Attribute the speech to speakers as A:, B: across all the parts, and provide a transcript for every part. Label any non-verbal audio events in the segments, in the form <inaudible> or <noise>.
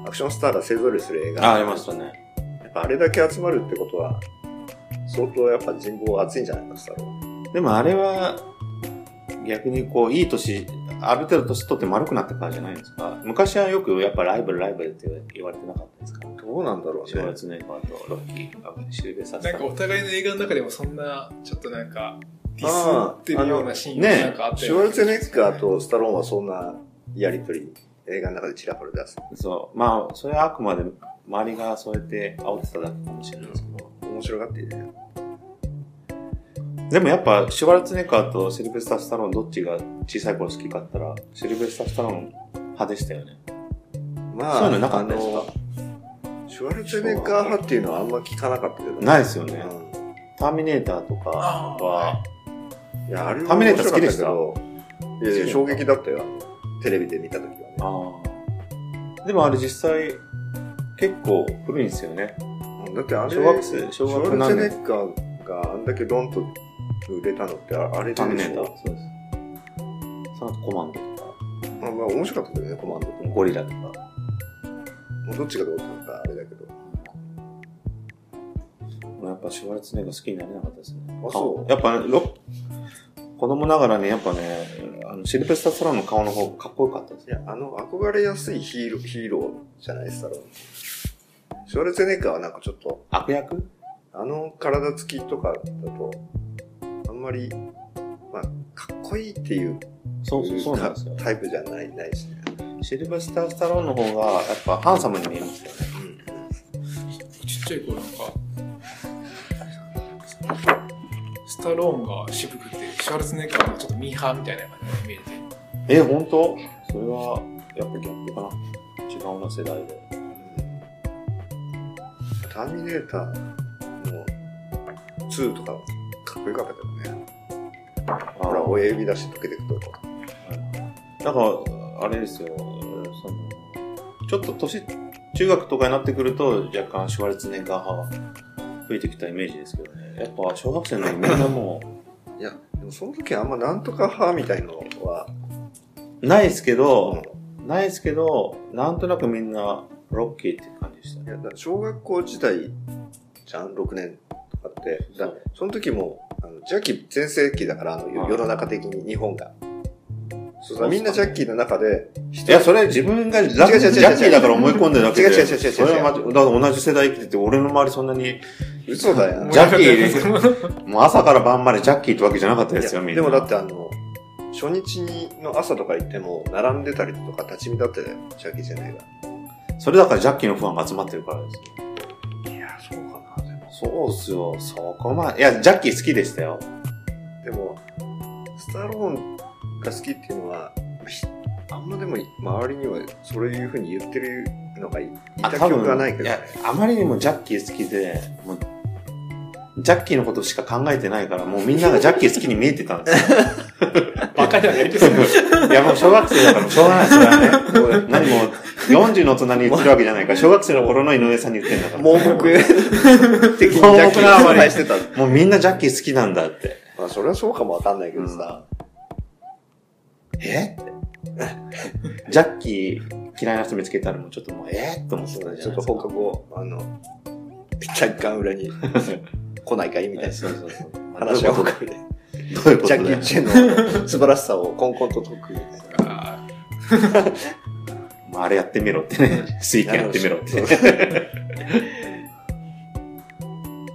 A: アクションスターが勢ぞろいする映画。
B: あ、ありましたね。
A: やっぱあれだけ集まるってことは、相当やっぱ人望厚いんじゃないか、スタローン。
B: でもあれは、逆にこう、いい年、ある程度年取って丸くなったからじゃないんですか。昔はよくやっぱライバルライバルって言われてなかったですか。
A: どうなんだろ
B: シュ
A: う
B: ワ
A: ね
B: ル。ツェネッガーとロッキー、あシルベサスタ
C: なんか
B: ロー
C: お
B: ン。
C: 互いの映画の中でもそんな、ちょっとなんか、ディスってるようなシーン
B: あ
C: が
B: のね
C: なんかあった
A: シュ
C: よう
A: ワ
C: な
A: ルツェネッガーとスタローンはそんなやりとり、映画の中でちらほら出す。
B: そう。まあ、それはあくまで周りがそうやって煽ってただけかもしれないですけど。
A: 面白がっていいね。
B: でもやっぱ、シュワルツェネッガーとシルベスター・スタローンどっちが小さい頃好きかったら、シルベスター・スタローン派でしたよね。
A: ま
B: そういうのなかったですか
A: あのシュワルツェネッガー派っていうのはあんま聞かなかったけど。
B: ないですよ
A: う
B: ね。
A: ん
B: ターミネーターとか
C: あー
B: は、
A: いや、あれ
B: ターミネーター好きでした
A: 面白かったけどいやいや、衝撃だったよ。あのテレビで見た時はね。
B: ああ。でもあれ実際、結構古いんですよね。
A: だってあれ、
B: 小学生、
A: シ
B: 小
A: ュワ
B: 学
A: ル
B: 何
A: ツェネ
B: 年
A: ッガーがあんだけドンと売れたのってあれでし
B: タ
A: ょ
B: ーミネーター。そうです。その後コマンドとか、
A: まあまあ面白かったけどね、コマンドって。
B: ゴリラとか。
A: もうどっちがどうだったかあれだけど。
B: もうやっぱシュワルツェネッガー好きになれなかったですね。
A: あそ
B: 顔
A: う
B: やっぱね、ロ子供ながらね、やっぱね、あのシルベスター・スタローンの顔の方がかっこよかったです
A: い
B: ね。
A: や、あの、憧れやすいヒーロー、ヒーローじゃないですか。シュワルツェネッガーはなんかちょっと、
B: 悪役
A: あの体つきとかだと、あんまり、まあ、かっこいいっていう
B: そうそう、そうなんですよ。
A: タイプじゃない、ないしね。
B: シルベスター・スタローンの方が、やっぱハンサムに見えますよね。
C: ちっちゃい頃なんか、スタローンが渋くて、シャールズネッカーがちょっとミーハーみたいな感じで見えて、
B: え、本当それは、やっぱギャップかな。違うな、世代で。
A: ターミネーターの2とかかっこよかったけどね。
B: あ
A: ほら、親指出して溶けていくと。
B: なんか、あれですよ、その、ちょっと年、中学とかになってくると、若干シュワルツェネッガー派が増えてきたイメージですけどね。やっぱ、小学生のみんなも
A: いや、でもその時あんまなんとか派みたいのは、
B: う、ないですけ
A: うん
B: ど、ないですけど、なんとなくみんな、ロッキーって感じでした
A: い
B: ね。
A: やだ小学校時代じゃん、6年とかって。
B: そ
A: だ
B: う
A: その時も、あのジャッキー全盛期だから、あの
B: あ
A: よ
B: あ
A: 世の中的に日本が。そ
B: そうっ
A: う
B: すか
A: みんなジャッキーの中で、
B: いや、それ自分がラジャ
A: 違う違う違う違う
B: ッキーだから思い込んでるだけで。
A: 違う違う違う違う違う
B: それはまじだから同じ世代生きてて、俺の周りそんなに、
A: 嘘だよ。
B: ジャッキーもう朝から晩までジャッキーってわけじゃなかった
A: いや
B: ですよ、みんな。
A: でもだってあの、初日にの朝とか行っても、並んでたりとか立ち見だったよ、ジャッキーじゃないが。
B: それだからジャッキーのファンが集まってるからですよ。
A: いや、そうかな、でも。
B: そうっすよ、そこまで。いや、ジャッキー好きでしたよ。
A: でも、スタローンが好きっていうのは、ひあんまでも周りにはそういうふうに言ってるのがいいた記憶がないけど、
B: いや
A: ね、、
B: あまりにもジャッキー好きで、もう、ジャッキーのことしか考えてないから、もうみんながジャッキー好きに見えてたん
A: <laughs>
B: ですよ。
C: バカじゃない <laughs> ですよ。
B: いや、もう小学生だからしょうがないですよね。
A: もう
B: 何も、40の大人に言ってるわけじゃないから、小学生の頃の井上さんに言ってんだから。 <laughs>
A: 盲目的にジャッキーを崇拝してた。
B: もうみんなジャッキー好きなんだって。
A: <laughs> まあ、それはそうかもわかんないけどさ、
B: えって。ジャッキー嫌いな人見つけたらもうちょっともう、えー、と思ってたじゃ
A: ち
B: な
A: ょっ
B: い
A: と
B: ですか
A: 放。課後、あの、若干
B: <laughs>
A: 裏に来ないかいみたいな
B: そうそうそう。
A: 話は放課後で。
B: どういうこと
A: <laughs> ジ
B: だ
A: ャッキー・チェンの素晴らしさをコンコンと解くみたいな。
C: あ
B: まあ、あれやってみろってね。水拳やってみろって。
A: <laughs>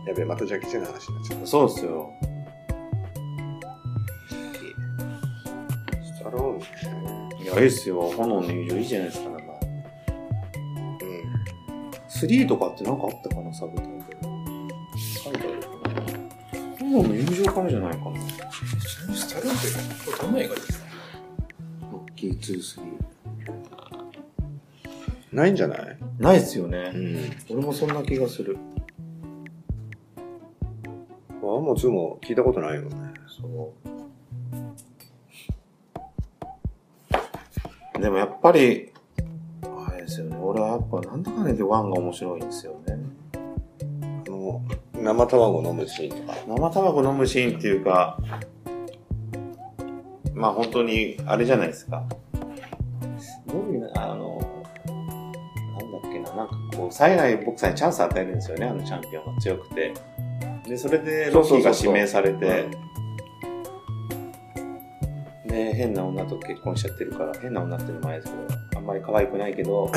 A: やべえ、またジャッキー・チェンの話になっちゃった。
B: そうっすよ。
A: スタローンね。
B: いや、いいっすよ。炎の友情いいじゃないですか、なんか。
A: うん。
B: 3とかってなんかあったかな、サブタイトル。書いてあるかな。炎の友情からじゃないかな。
C: ースタローンって、これどんな映画ですか
B: ロッキー2、3。
A: ないんじゃない
B: ないっすよね。
A: ん。
B: 俺もそんな気がする。
A: ワンもツーも聞いたことないよね。
B: そう。でもやっぱり、あれですよね。俺はやっぱなんだかんだ言ってワンが面白いんですよね。
A: あの、生卵飲むシーンとか。
B: 生タバコ飲むシーンっていうか、まあ本当に、あれじゃないですか。どういう、あの、なんだっけな、なんかこう、災害ボクサーにチャンス与えるんですよね、あのチャンピオンが強くて。で、それでロッキーが指名されて、ね変な女と結婚しちゃってるから、変な女っていうのもあれですけど、あんまり可愛くないけ <laughs> ど、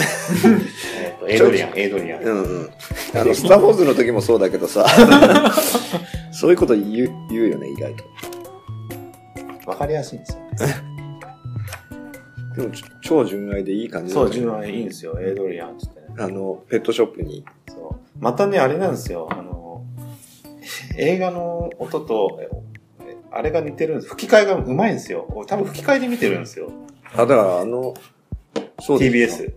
B: えっと、エイドリアン、エイドリアン。
A: うんうん。あ <laughs> の、スター・ウォーズの時もそうだけどさ、 <laughs> そういうこと言う言うよね、意外と。
B: わかりやすいんですよね。
A: でも、ちょ超純愛でいい感じだ
B: そ
A: っ
B: う、
A: た
B: 自分はいいんですよ、エイドリアンって言ってね。
A: あの、ペットショップに。
B: そう。またね、あれなんですよ。あの、映画の音と、ええあれが似てるんです。吹き替えがうまいんですよ。俺多分吹き替えで見てるんですよ。
A: あ、だからあの、そ
B: TBS。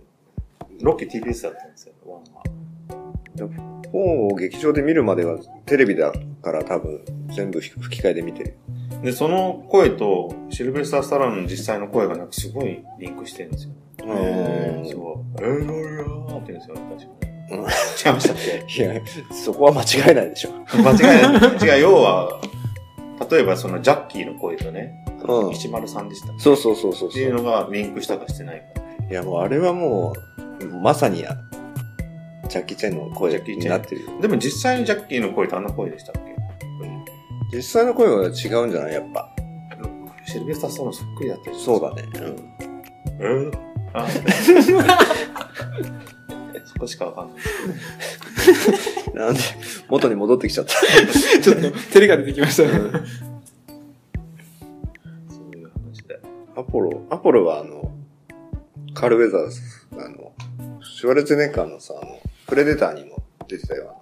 B: ロッキー TBS だったんですよ、ワンは。
A: 本を劇場で見るまではテレビだから多分全部吹き替えで見てる。
B: で、その声と、シルベスター・スタローンの実際の声がなんかすごいリンクしてるんですよ。
A: うん
B: すごい。エードリアンって言うんですよ、
A: うん
B: 私。違いましたっけ
A: いや、そこは間違いないでしょ。
B: 間違いない。違う、要は、例えばそのジャッキーの声とね、
A: うん
B: 103でした。っ
A: そうそうそうそう
B: て
A: そう。
B: いう
A: い
B: のがリンクしたかしてないか。
A: や、もうあれはもう、まさにや、ジャッキー・チェンの
B: ジ
A: 声
B: ャッキー
A: に
B: チェン
A: なってるよ。
B: でも実際にジャッキーの声ってあんな声でしたっけ
A: 実際の声は違うんじゃないやっぱ。
B: シルベスター・スタローンそっくりだったり
A: そうだね。うん。
B: うん。あそこしかわかんない。
A: なんで、元に戻ってきちゃった。
B: <laughs>
C: ちょっと、照れが出てきましたね。
B: そういう話で。
A: アポロ、アポロはあの、カール・ウェザーズ、あの、シュワルツェネッカーのさ、あの、プレデターにも出てたよ。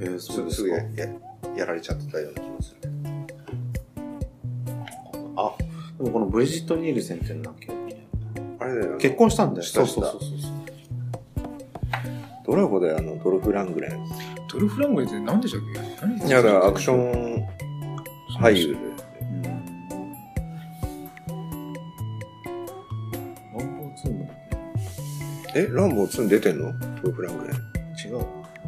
B: えー、
A: す
B: そう
A: ぐ
B: ですす
A: ぐ
B: か
A: や。ややられちゃってたような気もする。
B: あ、でもこのブリジット・ニールセンっていうのなんか
A: あれだよ。
B: 結婚したんだよ。
A: した
B: そうそうそうそう。
A: ドラゴであの、ドルフ・ラングレン。
C: ドルフ・ラングレンって何でしたっけ何でしたっけ
A: いや、だからアクション俳優で。
B: うん。ランボー2も
A: え、ランボー2に出てんのドルフ・ラングレン。
B: 違う。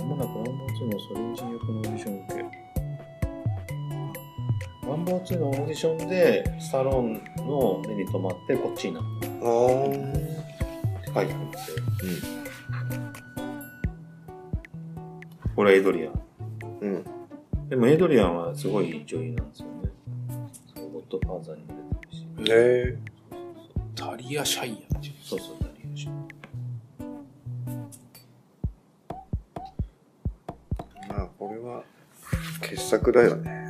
B: まもなくランボー2のソ連人役のオーディションを受け。ランボー2のオーディションで、スタローンの目に留まって、こっちになっ
A: あー。
B: て書いてあるんですよ。これエイドリアン。
A: うん。うん。
B: でもエイドリアンはすごいいい女優なんですよね。そのゴッドファーザーにも出てるし。
A: ねえ。
C: タリア・シャイアンっていう
B: そうそう、ダリウシ。
A: まあ、これは、傑作だよね。やっ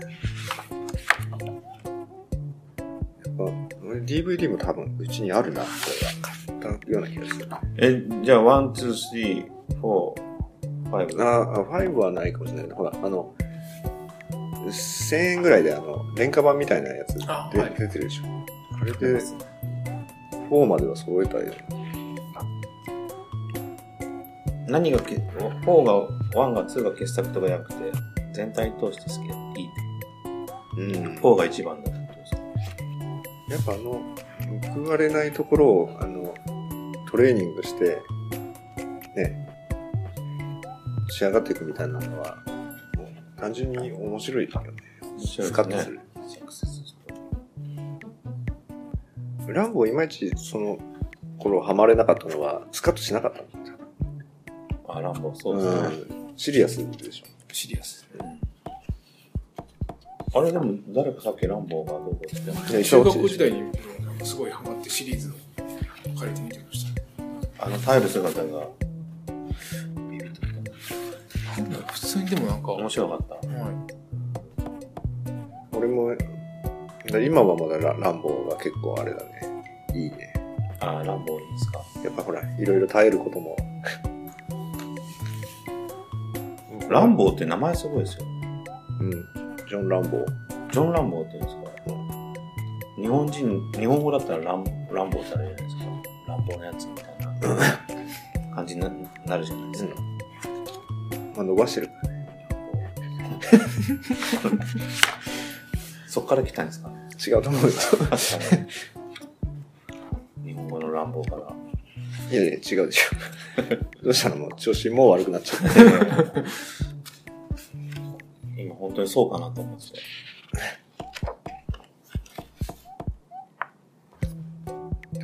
A: ぱ、俺 DVD も多分、うちにあるな、これは。買ったような気がする。
B: え、じゃあ、ワン、ツー、スリー、フォー、ファイブ。
A: ああ、5はないかもしれないけど、ほら、あの、1000円ぐらいで、あの、廉価版みたいなやつで
C: あはい
A: 出てるでしょ。あれで、4までは揃えたよ。
B: 何がけ、フォーが、ワンが、ツーが傑作とかじゃなくて、全体通して好きだ。いい。
A: うん。
B: フォーが一番だってことですか。
A: やっぱあの、報われないところを、あの、トレーニングして、ね、仕上がっていくみたいなのは、もう単純に面白いよね。
B: 面白い
A: スカッ
B: で
A: と
B: す
A: す
B: ね。
A: る。
B: セックスです
A: ランボーいまいちその頃ハマれなかったのは、スカッとしなかったんだよ
B: あ、ランボー、そうですね。
A: うんシリアスでしょ。
C: シリアス。
B: あれでも、誰かさっきランボーがどうこうって言ってました
A: ね
C: 中学校時代にすごいハマってシリーズを借りて見てました。
B: あの、耐える姿が、ビビッときた。
C: なんだろう普通にでもなんか、
B: 面白かった。
C: は
A: 俺も、だ今はまだラランボーが結構あれだね。いいね。
B: あー、ランボーいいですか。
A: やっぱほら、いろいろ耐えることも。
B: ランボーって名前すごいですよ。
A: うん。ジョン・ランボー。
B: ジョン・ランボーって言うんですか、日本人、日本語だったらランランボーってあれじゃないですか。ランボーのやつみたいな感じにななるじゃないですか。
A: まあ、伸ばしてるからね。
B: <laughs> そっから来たんですかね。
A: 違うと
B: <laughs>
A: 思うよ。
B: 日本語のランボーから。
A: いやいや、
B: <laughs>
A: 違うでしょ。どうしたのもう調子もう悪くなっちゃった。
B: 今本当にそうかなと思って。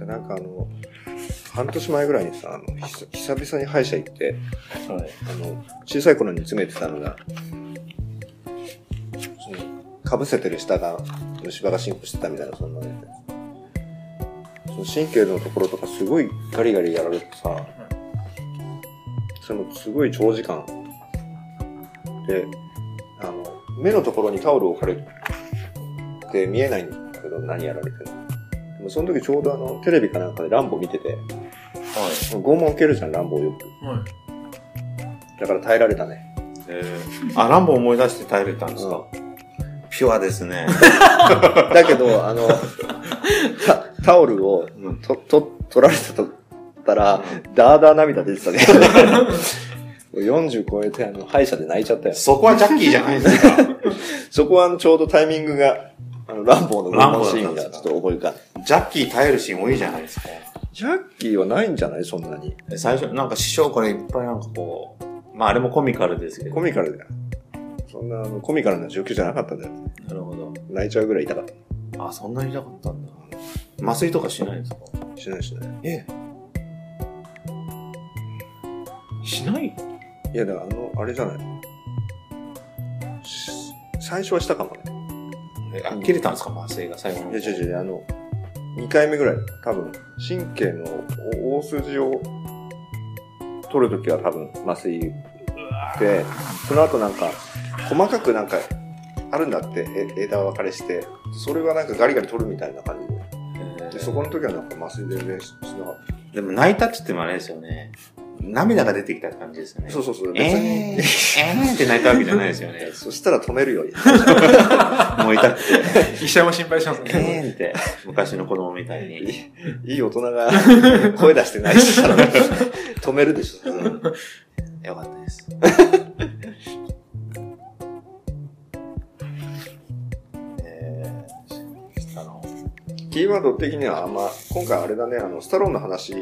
A: なんかあの、半年前ぐらいにさ、あの、ひさ久々に歯医者行って、
B: はい。
A: あの、小さい頃に詰めてたのが、その、かぶせてる下が虫歯が進行してたみたいな、そんなね。その神経のところとかすごいガリガリやられてさ、そのすごい長時間で、あの、目のところにタオルを置かれて見えないんだけど何やられてるのでもその時ちょうどあの、テレビかなんかでランボ見てて、
B: はい。
A: 拷問受けるじゃん、ランボよく。
C: い。はい。
A: だから耐えられたね。
B: えー、あ、ランボー思い出して耐えれたんですか、ピュアですね。
A: だけど、あの、タタオルを
B: うん
A: と、と、取られたと、ったら、ダーダー涙出てたね。もう40超えて、あの、歯医者で泣いちゃったよ。
B: そこはジャッキーじゃないですか。
A: そこは、あの、ちょうどタイミングが、あの、ランボーの
B: ランボ
A: の
B: ーだ
A: シ
B: った
A: ー
B: ん
A: ン
B: で
A: が
B: すか
A: ちょっと覚えかんない。
B: ジャッキー耐えるシーン多いじゃないですか。
A: ジャッキーはないんじゃないそんなに。
B: え最初、なんか師匠からいっぱいなんかこう、まああれもコミカルですけど。
A: コミカルだよ。そんな、あの、コミカルな状況じゃなかったんだよ。
B: なるほど。
A: 泣いちゃうぐらい痛かった。
B: あ、そんなに痛かったんだ。麻酔とかしないんですか
A: しないしない。
B: え
C: しない
A: いや、だから、あの、あれじゃない。し最初はしたかもね。
B: え。あ、切れたんですか麻酔が最後の。
A: いや、違う違う、あの、2回目ぐらい、多分、神経のお大筋を取るときは多分、麻酔で、その後なんか、細かくなんか、あるんだって、え枝分かれして、それはなんかガリガリ取るみたいな感じで。
B: えー
A: で、そこの時はなんか麻酔全然ししなかっ
B: でも泣いたって言ってもあれですよね。涙が出てきた感じですよね。
A: そうそうそう。
B: えー、
A: 別に。
B: えーって泣いたわけじゃないですよね。
A: そしたら止めるよ。
B: もう痛くて。
C: 医者も心配します
B: え
C: ね。
B: ーって。昔の子供みたいに。
A: いい大人が声出してないとしたら、止めるでしょ。 <laughs>
B: うんよかったです。 <laughs> えー、あの、
A: キーワード的にはあんま、今回あれだね、あの、スタローンの話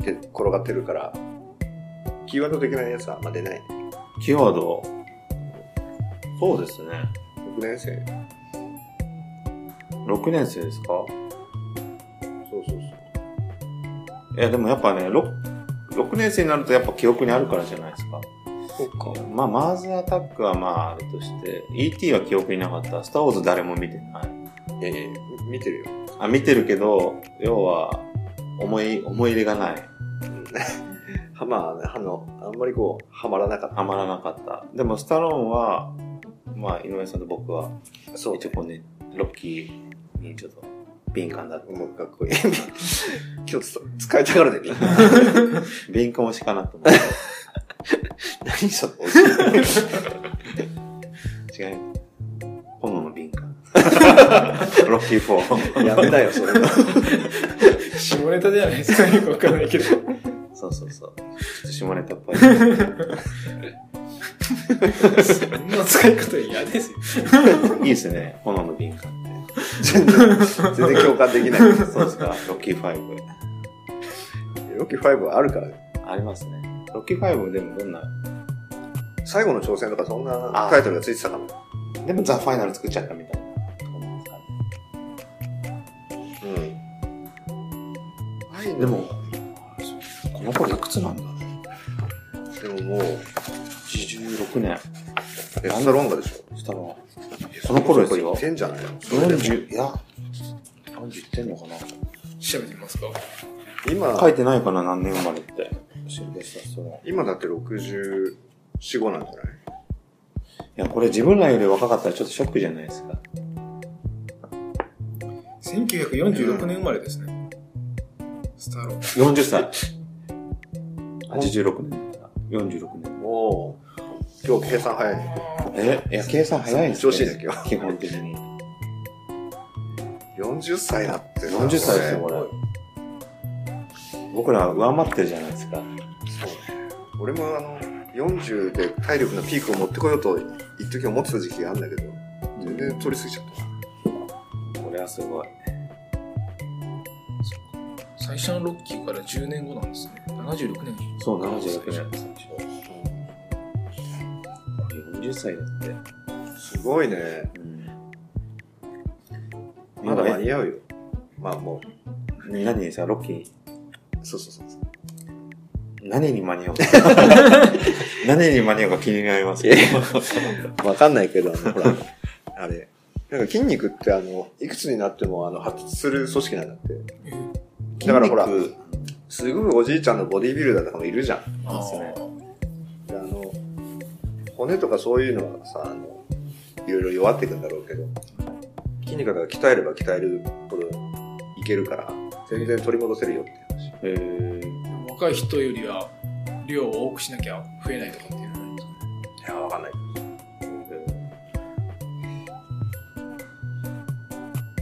A: で転がってるから、キーワード的なやつはあんま出ない。
B: キーワード、そうですね。
A: 6年生。
B: 6年生ですか
A: そうそう
B: いや、でもやっぱね、6、6年生になるとやっぱ記憶にあるからじゃないですか。
A: そう。そっか。
B: まあ、マーズアタックはまあ、あれとして、ET は記憶になかった。スターウォーズ誰も見てない。
A: ええ見てるよ。
B: あ、見てるけど、要は、思い、思い入れがない。
A: はまあ、あの、あんまりこう、はまらなかっ
B: ハマらなかった。でも、スタローンは、まあ、井上さんと僕は、
A: た。そ
B: 一応こうね、ロッキーにちょっと敏感だっ
A: もうかっこいい。今日使いたがるね。
B: た。敏感推しかなと思って。
A: <laughs> 何それ。
B: 違い炎の敏感。ロッキー4。
A: やめなよ、それ。
C: 下ネタじゃないですか。よくわかんないけど。
B: そうそうそう。ちょっと下ネタっぽい。
C: そんな使い方嫌ですよ。
B: <laughs> いいですね、炎の敏感って。
A: 全然、全然共感できない。
B: そうですか、ロッキー5。
A: ロキ5はあるからね。
B: ありますね。ロッキー5でもどんな、
A: 最後の挑戦とかそんなタイトルがついてたかも。
B: でもザ・ファイナル作っちゃったみたいなとこなんですかね。
A: うん。はい、
B: でも、この子いくつなんだ
A: でももう、
B: ?16 年。
A: エスタロンガでしょ。
B: したら、その頃ですよ
A: 言ってんじゃないの
B: 40、いや、40いってんのかな
C: 調べてみますか。
A: 今、
B: 書いてないかな、何年生まれって。シルベスタストローン
A: 今だって64、5なんじゃない
B: いや、これ自分らより若かったらちょっとショックじゃないですか。
C: 1946年生まれですね。スタローン。
B: 40歳。86年だから。46年。
A: おおー。今日計算早いね。
B: え、いや、計算早いんです
A: 調子いいね、今日。
B: 基本的に。
A: 40歳だってさ。
B: 40歳ですよ、こ
A: 俺
B: れ。僕ら上回ってるじゃないですか。
A: 俺もあの、40で体力のピークを持ってこようと、一時思ってた時期があるんだけど、全然取り過ぎちゃったな。
B: これはすごい。
C: 最初のロッキーから10年後なんですね。76年に
B: そう、76年です。40歳だって。
A: すごいね。まだ間に合うよ。まあも
B: 何にさ、ロッキー、
A: う、そうそうそうそう。
B: 何に <laughs> 間に合うか。何に間に合うか気になりますけど。
A: わかんないけど、あの、ほら、 <laughs> あれ。なんか筋肉って、あの、いくつになっても、あの、発達する組織なんだって。だからほら
B: 筋肉
A: すごいおじいちゃんのボディービルダーとかもいるじゃん。
C: あ
B: そうで
A: であの、骨とかそういうのはさ、あの、いろいろ弱っていくんだろうけど、筋肉が鍛えれば鍛えるほどいけるから、全然取り戻せるよって話。
B: えー
C: ー若い人よりは量を多くしなきゃ増えないとかっていうのはないんですかね
A: いや、わかんない。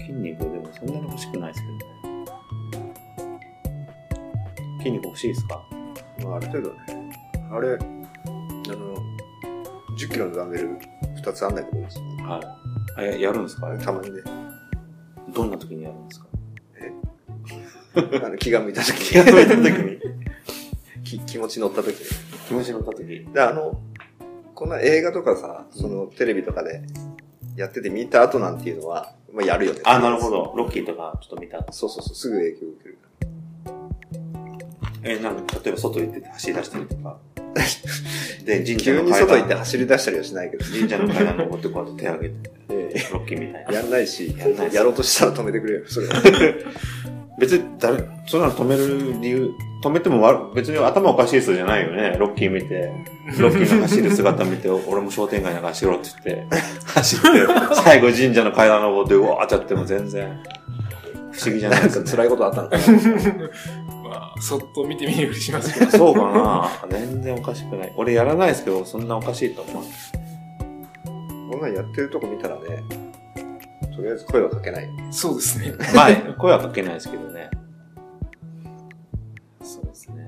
B: 筋肉でもそんなに欲しくないですけどね。筋肉欲しいですか
A: まあ、ある程度ね。あれ、あの、10キロのダンベル2つあんないことですよね。
B: はい。え、やるんですか
A: たまにね、
B: どんな時にやるんですか
A: あの気が向いた <laughs> 時
B: 気が向いた時に
A: き気持ち乗った時に。
B: 気持ち乗った時。
A: で、あの、こんな映画とかさ、そのテレビとかでやってて見た後なんていうのは、まあ、やるよね。
B: あ、なるほ。ど。ロッキーとかちょっと見た。
A: そうそうそう、すぐ影響を受ける。
B: え、なんか、例えば外行って走り出したりとか。で、神社
A: 急
B: の
A: に
B: 階
A: 外行って
B: 段、
A: 走り出したりはしないけど、
B: 神社の階段登ってこうやって手上げて、
A: え
B: ロッキーみたい
A: え
B: な。
A: やんないし、
B: やんないし
A: やろうとしたら止めてくれよ、それは。
B: 別に誰、そんなの止める理由、止めてもわ別に頭おかしい人じゃないよね。ロッキー見て、ロッキーの走る姿見て、 <laughs> 俺も商店街なんか走ろうって言って、走って、最後神社の階段登って、うわーってやっても全然、不思議じゃない
A: な
B: で
A: ん
B: す
A: か
B: ね。
C: <laughs>
A: 辛いことあったのかな。
C: ままあ、そっと見て見ぬふりしますけど。
B: そうかな全然おかしくない。俺やらないですけど、そんなおかしいと思う。
A: こんなんやってるとこ見たらね、とりあえず声はかけない。
C: そうですね。
B: まあ、声はかけないですけどね。そうですね。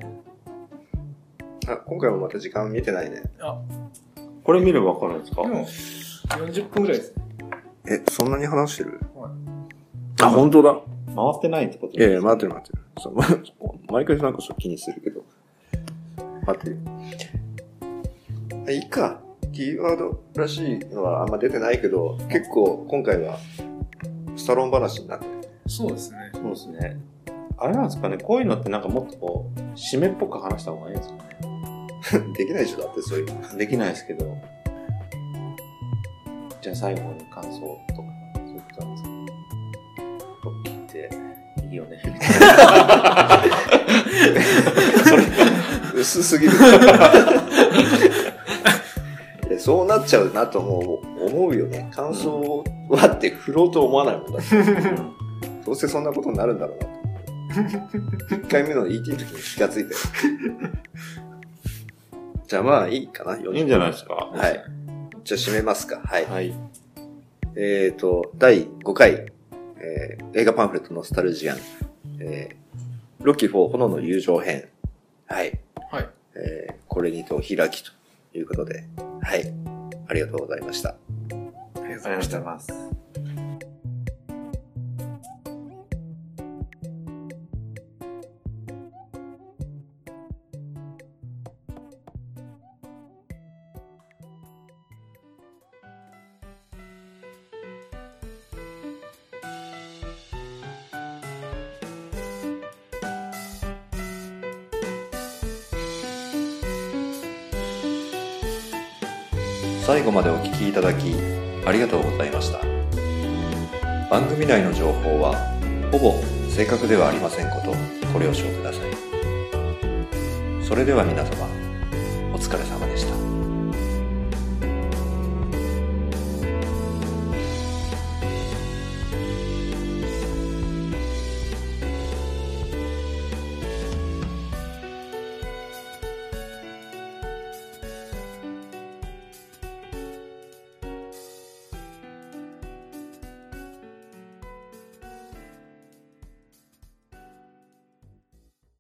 A: あ、今回もまた時間見てないね。
B: これ見ればわかるんですか
C: でも、40分ぐらいですね。
A: え、そんなに話してる
C: はい
A: あ、本当だ。
B: 回ってないってこと
A: いやいや、
B: ま
A: 待ってる待ってる。そうま毎回なんかそう気にするけど。待ってる。あいいか。キーワードらしいのはあんま出てないけど、結構今回はスタローン話になってる。 <laughs>
C: そうですね。
B: そうですね。あれなんですかね、こういうのってなんかもっとこう、締めっぽく話した方がいいんですかね。
A: できないでしょ、だってそういうの。
B: できないですけど。じゃあ最後に感想とか、そういうことなんですかこれ聞いて、いいよね。 <laughs>
A: 薄すぎる。いやそうなっちゃうなともう思うよね。感想はって振ろうと思わないもんだって。どうせそんなことになるんだろうなと。1回目の ET の時に気がついて。じゃあまあいいかな、
B: いいんじゃないですか。
A: はい。じゃあ締めますか。はい。
B: はい。
A: えっ、と、第5回、えー映画パンフレットノスタルジアン、えーロキ4炎の友情編。はい。
C: はい。
A: えーこれにてお開きということで、はい。ありがとうございました。
C: ありがとうご
B: あ
C: ざ
B: りがとうご
C: いました
B: ざい。ます。
A: 最後までお聞きいただきありがとうございました番組内の情報はほぼ正確ではありませんことご了承くださいそれでは皆様お疲れ様でした